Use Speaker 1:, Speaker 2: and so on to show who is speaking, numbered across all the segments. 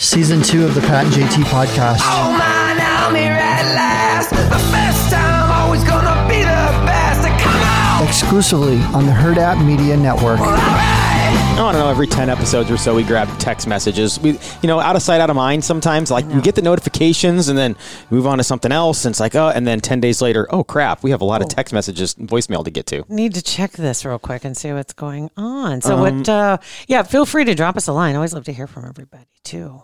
Speaker 1: Season two of the Pat and JT podcast.
Speaker 2: Oh man, I'm here at last. The best time, always gonna be the best. And come on,
Speaker 1: Exclusively on the Herd App Media Network.
Speaker 2: alright.
Speaker 3: I don't know. Every ten episodes or so, we grab text messages. We, you know, out of sight, out of mind. Sometimes, like we get the notifications and then move on to something else. And it's like, oh, and then ten days later, oh crap, we have a lot of text messages, and voicemail to get to.
Speaker 4: need to check this real quick and see what's going on. So
Speaker 3: Um,
Speaker 4: what uh yeah, feel free to drop us a line. I always love to hear from everybody too.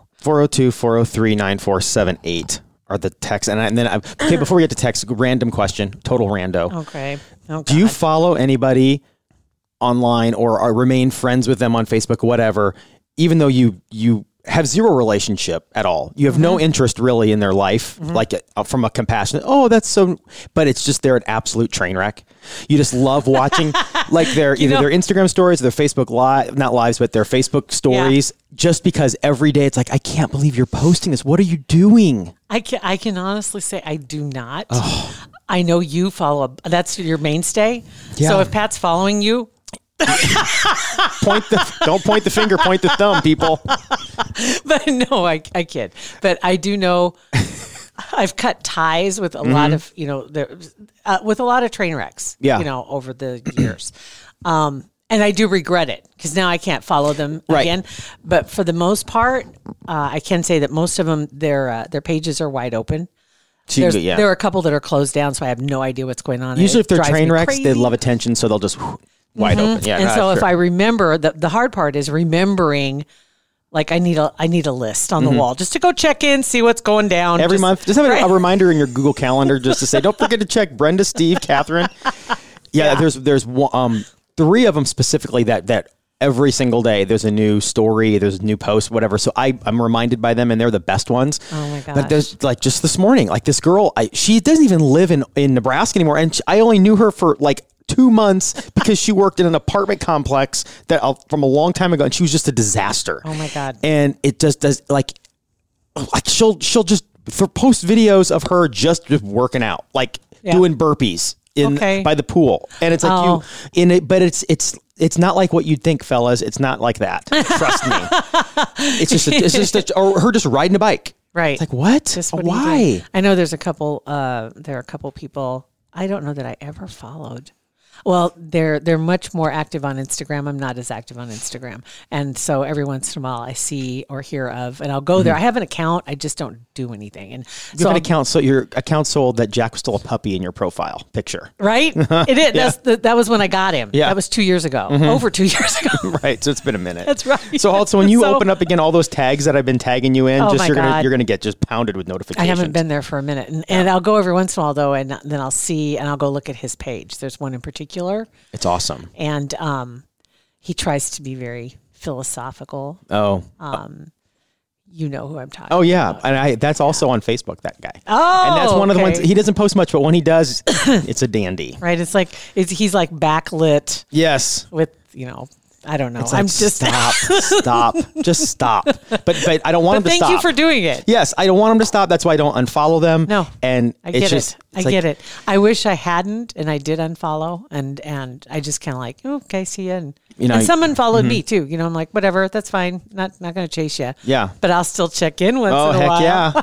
Speaker 3: 402-403-9478 are the texts. And, I, and then, I, okay, before we get to text, random question, total rando.
Speaker 4: Okay. Okay.
Speaker 3: Do you follow anybody online or, or remain friends with them on Facebook, whatever, even though you you have zero relationship at all? You have no
Speaker 4: Mm-hmm.
Speaker 3: interest really in their life, like uh, from a compassionate. Oh, that's so. But it's just they're an absolute train wreck. You just love watching like their either their Instagram stories, their Facebook live, not lives, but their Facebook stories. Just because every day it's like, I can't believe you're posting this. What are you doing?
Speaker 4: I can I can honestly say I do not. I know you follow up. That's your mainstay. So
Speaker 3: Yeah.
Speaker 4: if Pat's following you,
Speaker 3: Point the don't point the finger, point the thumb, people.
Speaker 4: but no, I I kid. But I do know I've cut ties with a lot of, you know, there, uh, with a lot of train wrecks,
Speaker 3: Mm-hmm. Yeah.
Speaker 4: you know, over the years. um and I do regret it because now I can't follow them
Speaker 3: Right.
Speaker 4: again. But for the most part, uh, I can say that most of them their uh, their pages are wide open. There's,
Speaker 3: yeah.
Speaker 4: There are a couple that are closed down, so I have no idea what's going on.
Speaker 3: Usually,
Speaker 4: It
Speaker 3: if they're
Speaker 4: drives me
Speaker 3: train wrecks, they
Speaker 4: crazy. Mm-hmm.
Speaker 3: love attention, so they'll just whew, wide open. Yeah,
Speaker 4: and
Speaker 3: no,
Speaker 4: so if
Speaker 3: sure.
Speaker 4: I remember, the the hard part is remembering. Like I need a I need a list on the wall just to go check in, see what's going down
Speaker 3: Mm-hmm. every
Speaker 4: Just-
Speaker 3: month, just have a-
Speaker 4: Right.
Speaker 3: a reminder in your Google Calendar just to say, don't forget to check Brenda, Steve, Catherine. Yeah, there's there's one, um three of them specifically that that every single day there's a new story, there's a new post, whatever. So I I'm reminded by them, and they're the best ones.
Speaker 4: Oh my
Speaker 3: Like there's like just this morning, like this girl, I, she doesn't even live in in Nebraska anymore, and she, I only knew her for like. Two months because she worked in an apartment complex that uh, from a long time ago, and she was just a disaster.
Speaker 4: Oh my God.
Speaker 3: And it just does like like she'll she'll just th- post videos of her just, just working out, like
Speaker 4: Yeah.
Speaker 3: doing burpees in
Speaker 4: Okay.
Speaker 3: by the pool, and it's like
Speaker 4: Oh.
Speaker 3: you in it, but it's it's it's not like what you'd think, fellas. It's not like that. Trust me. It's just a, it's just a, or her just riding a bike.
Speaker 4: Right.
Speaker 3: It's like what?
Speaker 4: Just what are you doing?
Speaker 3: Why?
Speaker 4: I know there's a couple. Uh, there are a couple people I don't know that I ever followed. Well, they're they're much more active on Instagram. I'm not as active on Instagram, and so every once in a while I see or hear of, and I'll go there. I have an account. I just don't do anything, and
Speaker 3: Mm-hmm. You have
Speaker 4: so
Speaker 3: an
Speaker 4: I'll-
Speaker 3: account, so your account sold that Jack was still a puppy in your profile picture,
Speaker 4: right? it is. That's the, that was when I got him.
Speaker 3: Yeah. Mm-hmm.
Speaker 4: that was two years ago, over two years ago.
Speaker 3: right? So it's been a minute.
Speaker 4: That's right.
Speaker 3: So also, when you
Speaker 4: So-
Speaker 3: open up again, all those tags that I've been tagging you in,
Speaker 4: Oh
Speaker 3: just
Speaker 4: my
Speaker 3: you're gonna
Speaker 4: God.
Speaker 3: you're gonna get just pounded with
Speaker 4: I
Speaker 3: notifications.
Speaker 4: haven't been there for a minute, and, and I'll go every once in a while though, and then I'll see, and I'll go look at his page. There's one in particular.
Speaker 3: It's awesome.
Speaker 4: and um, he tries to be very philosophical.
Speaker 3: Oh,
Speaker 4: You know who I'm talking.
Speaker 3: Oh yeah, and I that's also on Facebook. That guy.
Speaker 4: Oh,
Speaker 3: and that's one of the ones
Speaker 4: okay.
Speaker 3: he doesn't post much, but when he does, it's a dandy.
Speaker 4: right. It's like it's, he's like backlit
Speaker 3: Yes.
Speaker 4: with you know. I don't know.
Speaker 3: It's
Speaker 4: I'm
Speaker 3: like,
Speaker 4: just.
Speaker 3: stop, stop, just stop. But but I don't want
Speaker 4: but
Speaker 3: him to
Speaker 4: thank
Speaker 3: stop.
Speaker 4: you for doing it.
Speaker 3: Yes, I don't want him to stop. That's why I don't unfollow them.
Speaker 4: No,
Speaker 3: and
Speaker 4: I
Speaker 3: it's
Speaker 4: get
Speaker 3: just,
Speaker 4: it.
Speaker 3: it's
Speaker 4: I
Speaker 3: like,
Speaker 4: get it. I wish I hadn't, and I did unfollow, and and I just kind of like "Oh, okay, see ya. And,
Speaker 3: You know, mm-hmm.
Speaker 4: and someone followed me too. You know, I'm like whatever, that's fine. Not not gonna chase you.
Speaker 3: Yeah.
Speaker 4: but I'll still check in once
Speaker 3: Oh
Speaker 4: in a
Speaker 3: heck
Speaker 4: while.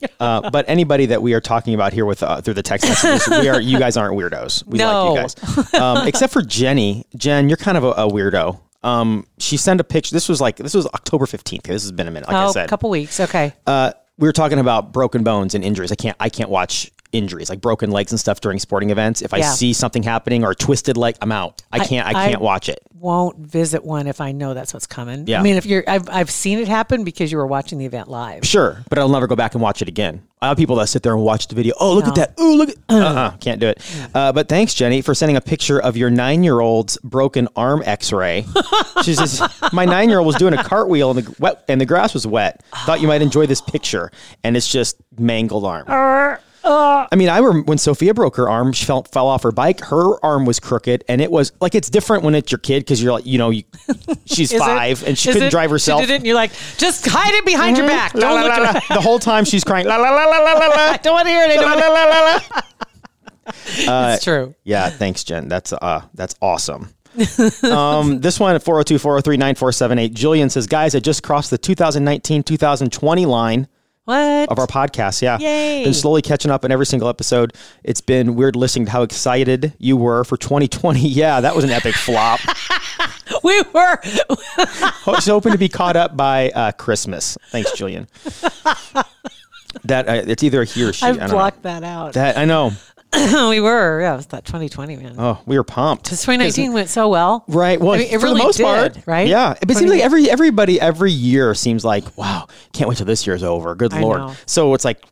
Speaker 3: yeah! uh, but anybody that we are talking about here with uh, through the text messages, we are you guys aren't weirdos. We
Speaker 4: No.
Speaker 3: like you guys, um, except for Jenny. Jen, you're kind of a, a weirdo. Um, she sent a picture. This was like this was October fifteenth. This has been a minute. Like I
Speaker 4: Oh,
Speaker 3: said,
Speaker 4: a couple weeks. Okay.
Speaker 3: uh, we were talking about broken bones and injuries. I can't I can't watch injuries, like broken legs and stuff during sporting events. If I
Speaker 4: Yeah.
Speaker 3: see something happening or a twisted leg, I'm out. I can't. I,
Speaker 4: I-
Speaker 3: can't watch it.
Speaker 4: won't visit one if I know that's what's coming.
Speaker 3: Yeah.
Speaker 4: I mean, if you're, I've, I've seen it happen because you were watching the event live.
Speaker 3: Sure, but I'll never go back and watch it again. I have people that sit there and watch the video. Oh, look at
Speaker 4: No.
Speaker 3: that. Oh, look at. Uh-uh, can't do it. Uh, but thanks, Jenny, for sending a picture of your nine year old's broken arm x ray. She says, My nine year old was doing a cartwheel and the, wet, and the grass was wet. Thought you might enjoy this picture. And it's just mangled arm.
Speaker 4: Uh,
Speaker 3: I mean, I remember when Sophia broke her arm, she fell, fell off her bike. Her arm was crooked, and it was like it's different when it's your kid because you're like, you know, you, she's
Speaker 4: Is it-
Speaker 3: five and she
Speaker 4: is
Speaker 3: couldn't
Speaker 4: it-
Speaker 3: drive herself. Mm-hmm.
Speaker 4: She didn't. You're like, just hide it behind your back.
Speaker 3: Hmm? La,
Speaker 4: Don't
Speaker 3: la,
Speaker 4: look
Speaker 3: la,
Speaker 4: at
Speaker 3: la. The whole time she's crying. La la la la la la la.
Speaker 4: I don't want to hear it. I
Speaker 3: La,
Speaker 4: don't
Speaker 3: la, la, la, la.
Speaker 4: it's true.
Speaker 3: Yeah, thanks, Jen. That's uh, that's awesome. um, this one at 402 403 9478. Jillian says, Guys, I just crossed the 2019 2020 line
Speaker 4: What?
Speaker 3: of our podcast. Yeah.
Speaker 4: Yay.
Speaker 3: Been slowly catching up on every single episode. It's been weird listening to how excited you were for 2020. Yeah, that was an epic flop.
Speaker 4: we were.
Speaker 3: I was hoping to be caught up by uh, Christmas. Thanks, Jillian. That uh, it's either he or she. I
Speaker 4: I've
Speaker 3: don't know.
Speaker 4: blocked that out.
Speaker 3: That I know.
Speaker 4: we were. Yeah, it was that 2020, man.
Speaker 3: Oh, we were pumped.
Speaker 4: 'Cause 2019 went so well.
Speaker 3: Right. Well,
Speaker 4: I mean, it
Speaker 3: for
Speaker 4: really
Speaker 3: the most
Speaker 4: did,
Speaker 3: part,
Speaker 4: right?
Speaker 3: Yeah, but it seems like
Speaker 4: 2019
Speaker 3: every everybody every year seems like wow, can't wait till this year's over. Good
Speaker 4: I
Speaker 3: lord.
Speaker 4: know.
Speaker 3: So it's like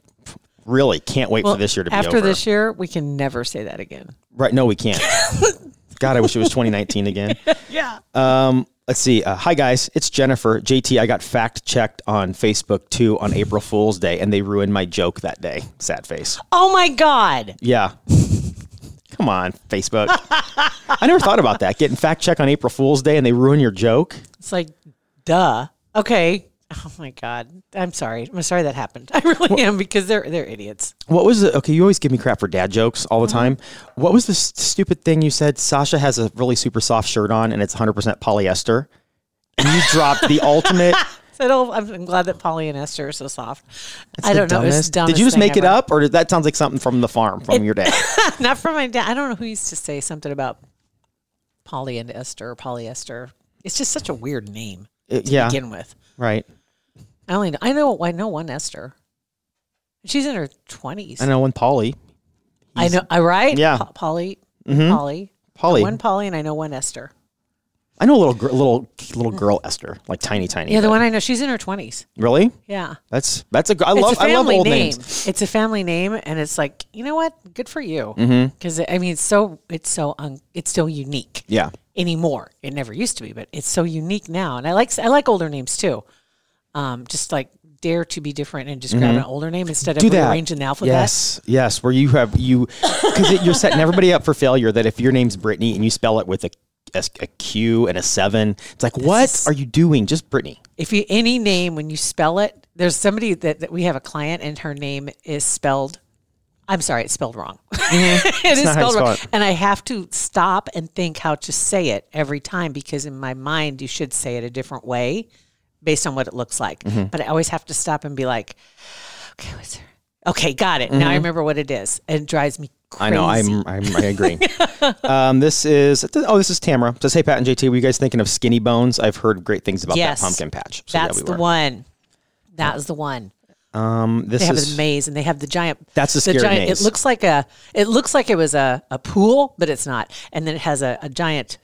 Speaker 3: really can't wait for this year to be
Speaker 4: after
Speaker 3: over.
Speaker 4: this year, we can never say that again.
Speaker 3: right? No, we can't. God, I wish it was 2019 again.
Speaker 4: Yeah.
Speaker 3: Let's see. Uh, hi guys, it's Jennifer JT. I got fact checked on Facebook too on April Fool's Day, and they ruined my joke that day. Sad face.
Speaker 4: oh my God.
Speaker 3: Yeah. Come on, Facebook. I never thought about that. Getting fact checked on April Fool's Day and they ruin your joke.
Speaker 4: It's like, duh. Okay. Oh my God. I'm sorry. I'm sorry that happened. I really am because they're they're idiots.
Speaker 3: What was the okay? You always give me crap for dad jokes all the time. What was the st- stupid thing you said? Sasha has a really super soft shirt on, and it's 100% polyester. And you dropped the ultimate.
Speaker 4: So it'll- "Oh, I'm, I'm glad that Polly and Esther are so soft.
Speaker 3: It's
Speaker 4: I
Speaker 3: the
Speaker 4: don't know. It's
Speaker 3: dumbest-
Speaker 4: dumb.
Speaker 3: Did you just make it up, or did that sounds like something from the farm from your dad?
Speaker 4: Not from my dad. I don't know who used to say something about Polly and Esther or polyester. It's just such a weird name
Speaker 3: Uh, yeah,
Speaker 4: begin with.
Speaker 3: right.
Speaker 4: I only know, I know I know one Esther. She's in her twenties.
Speaker 3: I know one Polly.
Speaker 4: I know. I right.
Speaker 3: Yeah. Mm-hmm.
Speaker 4: Po- Polly. Polly.
Speaker 3: Polly.
Speaker 4: One Polly and I know one Esther.
Speaker 3: I know a little gr- little little girl Esther, like tiny tiny.
Speaker 4: Yeah, the
Speaker 3: but-
Speaker 4: one I know. She's in her twenties.
Speaker 3: Really?
Speaker 4: Yeah.
Speaker 3: That's that's a. gr- I love
Speaker 4: it's a
Speaker 3: I
Speaker 4: family
Speaker 3: love old
Speaker 4: name.
Speaker 3: names.
Speaker 4: It's a family name, and it's like you know what? Good for you.
Speaker 3: Mm-hmm.
Speaker 4: Because I mean, it's so it's so un, it's so unique.
Speaker 3: Yeah.
Speaker 4: Anymore, it never used to be, but it's so unique now. And I like I like older names too. Um, just like dare to be different and just grab an older name instead of
Speaker 3: Mm-hmm. do that.
Speaker 4: rearranging the alphabet.
Speaker 3: Yes, yes. Where you have you because you're setting everybody up for failure. That if your name's Brittany and you spell it with a a- a Q and a seven, it's like what
Speaker 4: is-
Speaker 3: are you doing? Just Brittany.
Speaker 4: If you any name when you spell it, there's somebody that, that we have a client and her name is spelled. I'm sorry, it's spelled wrong.
Speaker 3: Mm-hmm.
Speaker 4: It is
Speaker 3: not how you
Speaker 4: spelled
Speaker 3: spell
Speaker 4: wrong,
Speaker 3: it.
Speaker 4: and I have to stop and think how to say it every time because in my mind you should say it a different way, based on what it looks like.
Speaker 3: Mm-hmm.
Speaker 4: But I always have to stop and be like, okay, what's her? Okay, got it. Now I remember what it is. It drives me.
Speaker 3: Mm-hmm. I
Speaker 4: Crazy.
Speaker 3: know. I'm. I'm. I agree. um, this is. Oh, this is Tamara. Says, "Hey, Pat and JT, were you guys thinking of Skinny Bones? I've heard great things about
Speaker 4: Yes.
Speaker 3: that pumpkin patch. So, yeah,
Speaker 4: That's
Speaker 3: we
Speaker 4: the
Speaker 3: were.
Speaker 4: one. That was the one.
Speaker 3: Um, this
Speaker 4: They have
Speaker 3: is
Speaker 4: a maze and they have the giant.
Speaker 3: That's the scary
Speaker 4: giant,
Speaker 3: maze.
Speaker 4: It looks like a. It looks like it was a, a pool, but it's not. And then it has a, a giant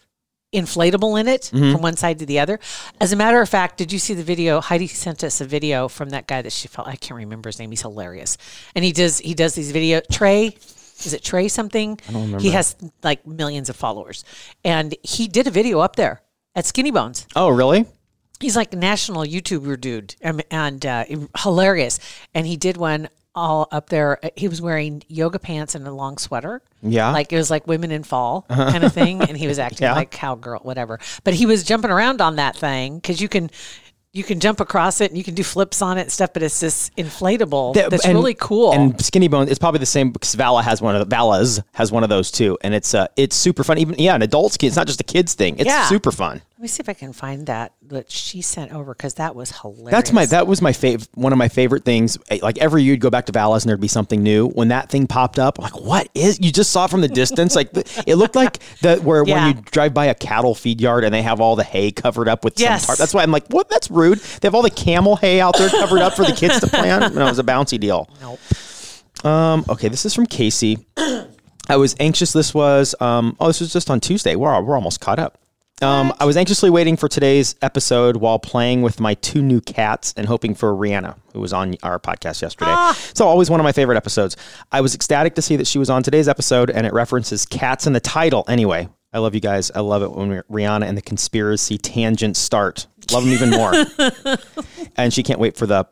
Speaker 4: inflatable in it
Speaker 3: Mm-hmm.
Speaker 4: from one side to the other. As a matter of fact, did you see the video? Heidi sent us a video from that guy that she felt. I can't remember his name. He's hilarious, and he does he does these video Trey. Is it Trey something? I don't remember. He has like millions of followers, and he did a video up there at Skinny Bones
Speaker 3: Oh, really?
Speaker 4: he's like a national YouTuber dude um, and uh, hilarious. And he did one all up there. He was wearing yoga pants and a long sweater.
Speaker 3: Yeah. Uh-huh.
Speaker 4: Like it was like women in fall kind of thing. And he was acting
Speaker 3: Yeah.
Speaker 4: like cowgirl, whatever. But he was jumping around on that thing because you can. You can jump across it and you can do flips on it and stuff, but it's this inflatable
Speaker 3: That-
Speaker 4: that's
Speaker 3: and-
Speaker 4: really cool.
Speaker 3: And Skinny Bones, it's probably the same because Vala has one of the Vala's has one of those too, and it's uh, it's super fun. Even yeah, an adult's kid. It's not just a kid's thing. It's
Speaker 4: Yeah.
Speaker 3: super fun.
Speaker 4: Let me see if I can find that that she sent over because that was hilarious.
Speaker 3: That's my that was my fav one of my favorite things. Eh, Like every year you'd go back to Valas and there'd be something new. When that thing popped up, I'm like what is you just saw it from the distance? like th- it looked like the where
Speaker 4: Yeah.
Speaker 3: when you drive by a cattle feed yard and they have all the hay covered up with
Speaker 4: Yes.
Speaker 3: some tarp. That's why I'm like, what? That's rude. They have all the camel hay out there covered up for the kids to plant. No, it was a bouncy deal.
Speaker 4: Nope.
Speaker 3: Um, okay, this is from Casey. I was anxious. This was um, oh, this was just on Tuesday. We're we're almost caught up. Um, I was anxiously waiting for today's episode while playing with my two new cats and hoping for Rihanna, who was on our podcast yesterday. So always one of my favorite episodes. I was ecstatic to see that she was on today's episode, and it references cats in the title. Anyway, I love you guys. I love it when Rihanna and the conspiracy tangents start. Love them even more. and she can't wait for the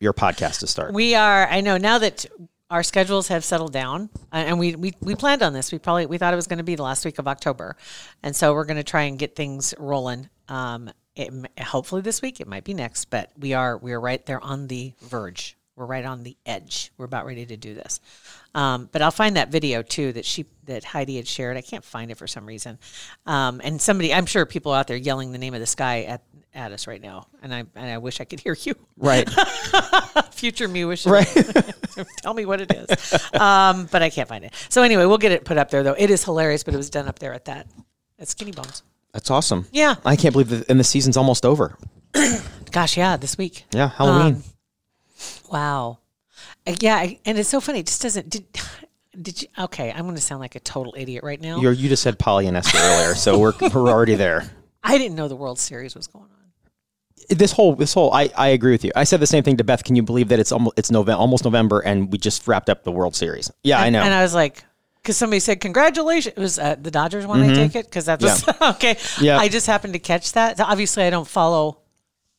Speaker 3: your podcast to start.
Speaker 4: We are. I know now that our schedules have settled down, uh, and we we, we planned on this. We probably we thought it was going to be the last week of October, and so we're going to try and get things rolling. Um, it, m- hopefully this week. It might be next, but we are we are right there on the verge. We're right on the edge. We're about ready to do this. Um, but I'll find that video too that she that Heidi had shared. I can't find it for some reason. Um, and somebody, I'm sure people out there yelling the name of this guy at at us right now. And I and I wish I could hear you
Speaker 3: right.
Speaker 4: future me wishes. Right. Tell me what it is. Um, but I can't find it. So anyway, we'll get it put up there though. It is hilarious, but it was done up there at that at Skinny Bones.
Speaker 3: That's awesome.
Speaker 4: Yeah.
Speaker 3: I can't believe that, and the season's almost over.
Speaker 4: Gosh, yeah, this week.
Speaker 3: Yeah, Halloween.
Speaker 4: Um, Wow. Uh, Yeah, I- and it's so funny. It just doesn't. Did, did you? Okay, I'm going to sound like a total idiot right now.
Speaker 3: You're, you just said polyester earlier, so we're, we're already there.
Speaker 4: I didn't know the World Series was going on.
Speaker 3: This whole this whole I, I agree with you. I said the same thing to Beth. Can you believe that it's almost it's November, almost November, and we just wrapped up the World Series? Yeah, I know.
Speaker 4: And I was like, because somebody said, congratulations. It was uh, the Dodgers when I take it, because that's okay.
Speaker 3: Mm-hmm. Yeah.
Speaker 4: I just happened to catch that. So obviously, I don't follow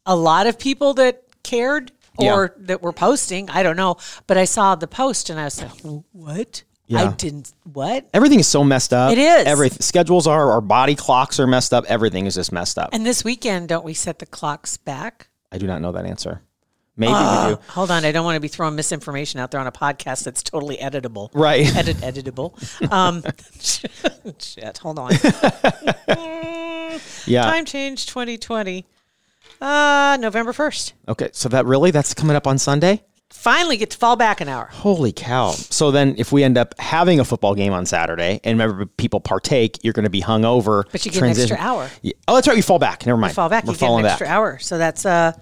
Speaker 4: a lot of people that cared or that were posting. I don't know. But I saw the post and I was like, what? I
Speaker 3: Yeah.
Speaker 4: didn't, what?
Speaker 3: Everything is so messed up.
Speaker 4: It is.
Speaker 3: Everything schedules are our body clocks are messed up. Everything is just messed up.
Speaker 4: And this weekend, don't we set the clocks back?
Speaker 3: I do not know that answer. Maybe we do.
Speaker 4: Hold on, I don't want to be throwing misinformation out there on a podcast that's totally editable.
Speaker 3: Right.
Speaker 4: Edit editable. Um, shit, hold on.
Speaker 3: Yeah.
Speaker 4: Time change 2020. Uh, November 1st.
Speaker 3: Okay. So that really that's coming up on Sunday.
Speaker 4: Finally get to fall back an hour.
Speaker 3: Holy cow. So then if we end up having a football game on Saturday and remember people partake, you're going to be hung over.
Speaker 4: But you get an extra hour.
Speaker 3: Yeah. Oh, that's right. You fall back. Never mind.
Speaker 4: Fall back.
Speaker 3: We're
Speaker 4: you get an
Speaker 3: falling
Speaker 4: extra
Speaker 3: back.
Speaker 4: hour. So that's uh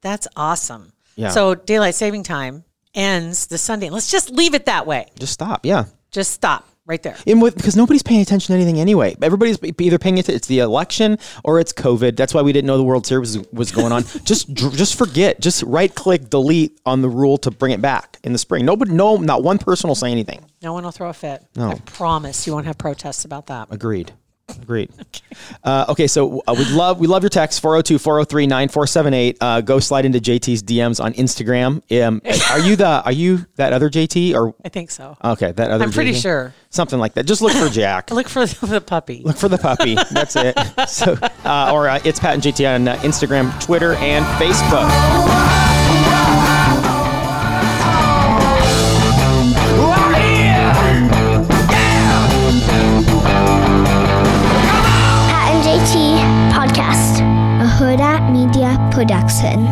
Speaker 4: that's awesome.
Speaker 3: Yeah.
Speaker 4: So daylight saving time ends the Sunday. Let's just leave it that way.
Speaker 3: Just stop. Yeah.
Speaker 4: Just stop right there.
Speaker 3: And with, because nobody's paying attention to anything anyway. Everybody's be- either paying attention. It's the election or it's COVID. That's why we didn't know the World Series was, was going on. just, dr- just forget. Just right click delete on the rule to bring it back in the spring. Nobody, no, not one person will say anything.
Speaker 4: No one will throw a fit. I promise you won't have protests about that.
Speaker 3: Agreed. Agreed. Uh, okay, so uh, we love we love your text 402-403-9478. Uh, go slide into JT's DMs on Instagram. Um, are you the are you that other JT or
Speaker 4: I think so.
Speaker 3: okay that other?
Speaker 4: I'm pretty
Speaker 3: JT?
Speaker 4: sure.
Speaker 3: something like that. Just look for Jack.
Speaker 4: Look for the puppy.
Speaker 3: look for the puppy. That's it. So uh, or uh, it's Pat and JT on uh, Instagram, Twitter, and Facebook.
Speaker 2: Oh, yeah.
Speaker 5: Pat and JT Podcast, a Huda Media Production.